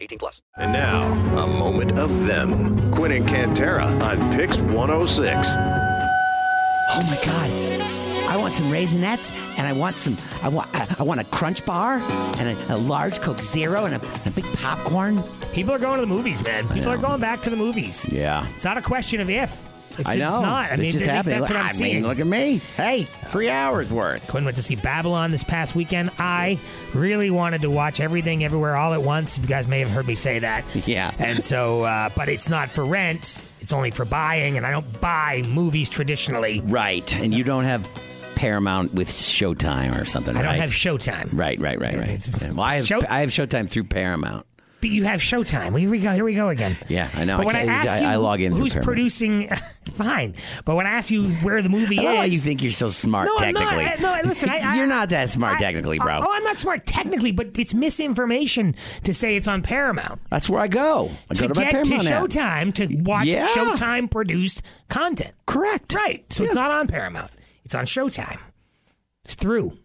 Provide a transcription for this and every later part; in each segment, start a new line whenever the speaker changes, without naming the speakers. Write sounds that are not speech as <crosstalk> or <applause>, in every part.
18 plus.
And now, a moment of them. Quinn and Cantera on Pix 106.
Oh my god! I want some raisinets, and I want some. I want. I, I want a crunch bar, and a, a large Coke Zero, and a, a big popcorn.
People are going to the movies, man. People are going back to the movies.
Yeah.
It's not a question of if. It's,
I
it's
know.
not. I
it's
mean,
just
at least
happening.
that's what I'm
I
seeing.
mean, look at me. Hey, three hours worth.
Quinn went to see Babylon this past weekend. I really wanted to watch everything everywhere all at once. You guys may have heard me say that.
Yeah.
And so, uh, but it's not for rent. It's only for buying, and I don't buy movies traditionally.
Right, and you don't have Paramount with Showtime or something.
I don't
right?
have Showtime.
Right, right, right, right. Yeah, Well, I have
Show-
I have Showtime through Paramount.
But you have Showtime. Here we go. Here we go again.
Yeah, I know. I
But when I,
can't-
ask
I-
you
I log in through
who's
Paramount.
producing, <laughs> fine. But when I ask you where the movie
I love how
is,
you think you're so smart
No,
technically.
I'm not. I- No, listen, I,
<laughs>
I,
you're not that smart
I-
technically, bro.
Oh, I'm not smart technically, but it's misinformation to say it's on Paramount.
That's where I go. I go
to
to my
get
Paramount
to
app.
Showtime to watch
Yeah.
Showtime produced content.
Correct.
Right. So it's not on Paramount. It's on Showtime. It's through.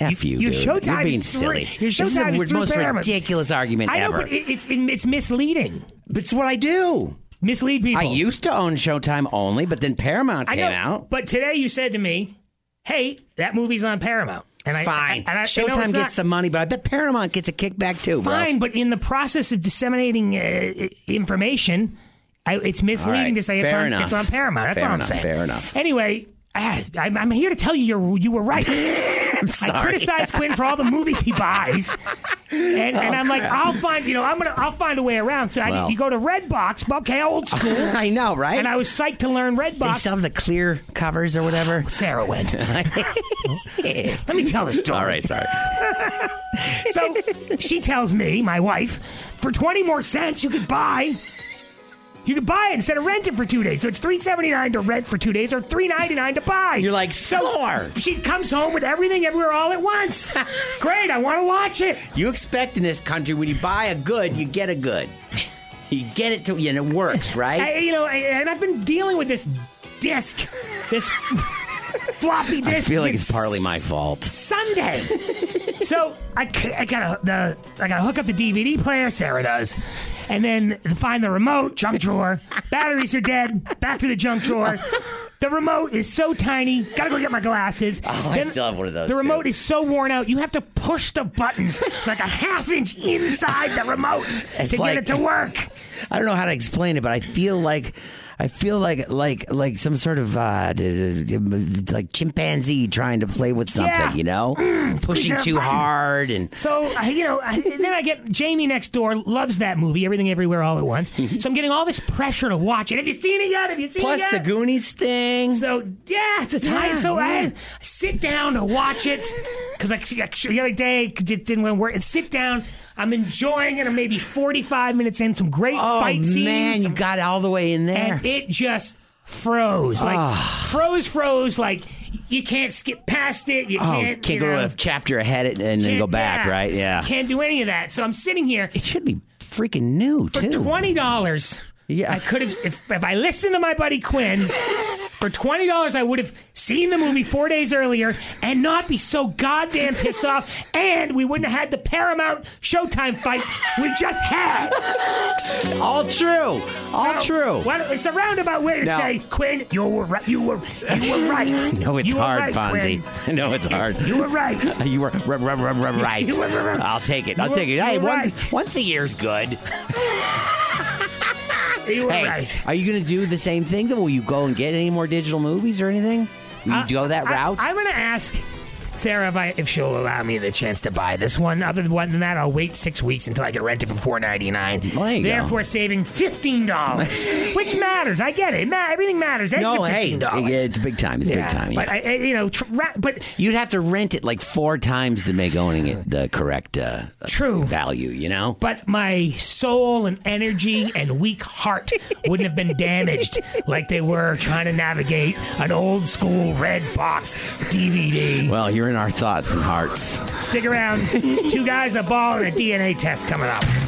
F you,
your
dude.
Showtime
You're being
is
silly.
through- your
This is
Showtime
the
is
wor-
through
most
Paramount.
ridiculous argument
I know,
ever.
but it, it's it's misleading.
But it's what I do.
Mislead people.
I used to own Showtime only, but then Paramount
I
came
know,
out.
But today you said to me, "Hey, that movie's on Paramount." And I
Fine.
I, and I,
Showtime
I know it's
gets the
not.
money, but I bet Paramount gets a kickback too. bro.
fine, but in the process of disseminating uh, i- information, I, it's misleading
right.
to say it's
Fair
on,
enough.
it's on Paramount. That's
Fair
all I'm
enough.
saying.
Fair enough.
Anyway, I, I'm, I'm here to tell you you're, you
<laughs>
were right. I
sorry.
criticize Quinn for all the movies he buys, and, and I'm like, I'll find you know I'm gonna I'll find a way around. So I,
Well.
you go to Redbox, okay, old school,
<laughs> <laughs> I know, right?
and I was psyched to learn
they
Redbox.
still have the clear covers or whatever. <laughs>
Sarah went. Let me <laughs> tell this story.
All right, sorry.
So she tells me, my wife, for twenty more cents you could buy. You could buy it instead of rent it for two days. So it's three seventy nine to rent for two days or three ninety nine to buy.
You're like, score.
she comes home with everything everywhere all at
<laughs>
once. Great, I want to watch it.
You expect in this country when you buy a good, you get a good. You get it to, and it works,
I,
right?
you know, I, and I've been dealing with this disc, this <laughs> floppy
I
disc.
feel like
since
it's partly my fault.
Sunday. so I, c- I gotta the I gotta hook up the DVD player. Sarah does, and then find the remote junk drawer. Batteries are dead. Back to the junk drawer. The remote is so tiny. Gotta go get my glasses.
Oh, I still have one of those,
The remote
too.
is so worn out. You have to push the buttons like a half inch inside the remote
It's
to
like-
get it to work.
I don't know how to explain it, but I feel like I feel like like like some sort of uh, d- d- d- like chimpanzee trying to play with something,
Yeah. Mm,
you know, pushing
squeeze that
too
button.
hard and
So I- you know, I, and then I get Jamie next door loves that movie, Everything Everywhere All at Once. so I'm getting all this pressure to watch it. Have you seen it yet? Have you seen it
plus
yet?
the Goonies thing.
So yeah, it's a time. so I sit down to watch it because like the other day it didn't want to work. Sit down. I'm enjoying it. I'm maybe 45 minutes in. Some great
oh
fight scenes.
man, you got all the way in there. Ah.
and it just froze. Like froze, froze. Like you can't skip past it. You
oh,
can't.
can't
you
go
know,
to a chapter ahead and then
can't-
go back,
yeah,
right? Yeah,
Can't do any of that. So I'm sitting here
it should be freaking new
for
too.
twenty dollars.
Yeah.
I could have if, if I listened to my buddy Quinn for twenty dollars. I would have seen the movie four days earlier and not be so goddamn pissed off, and we wouldn't have had the Paramount Showtime fight we just had.
all true, all true.
Well, it's a roundabout way to
No.
say Quinn, you were right. You were you were right.
<laughs> <laughs> No, it's
You were
hard,
right,
Fonzie.
Quinn.
<laughs> No, it's hard.
You were right.
<laughs> You were r- r- r- r- right.
You were r-
I'll take it. I'll
you
take it.
were-
Hey,
you were
once,
right.
once a year's
<laughs>
good.
You were
Hey,
right.
are you going to do the same thing? Though? Will you go and get any more digital movies or anything? Will you
I-
go that
I-
route?
I'm going to ask Sarah, if, I, if she'll allow me the chance to buy this one, other than that, I'll wait six weeks until I can rent it for four ninety nine.
Well, there you go.
Therefore, saving
<laughs>
fifteen dollars, which matters. I get it. it. ma- Everything matters. Eggs
No,
are
hey,
fifteen dollars.
yeah, it's big time. It's big time,
But
yeah.
I, I- you know, tr- ra- but
You'd have to rent it like four times to make owning it the correct uh,
True.
value, you know?
but my soul and energy and
<laughs>
weak heart wouldn't have been damaged like they were trying to navigate an old school red box DVD.
Well, you're in our thoughts and hearts.
Stick around. Two guys, a ball, and a DNA test coming up.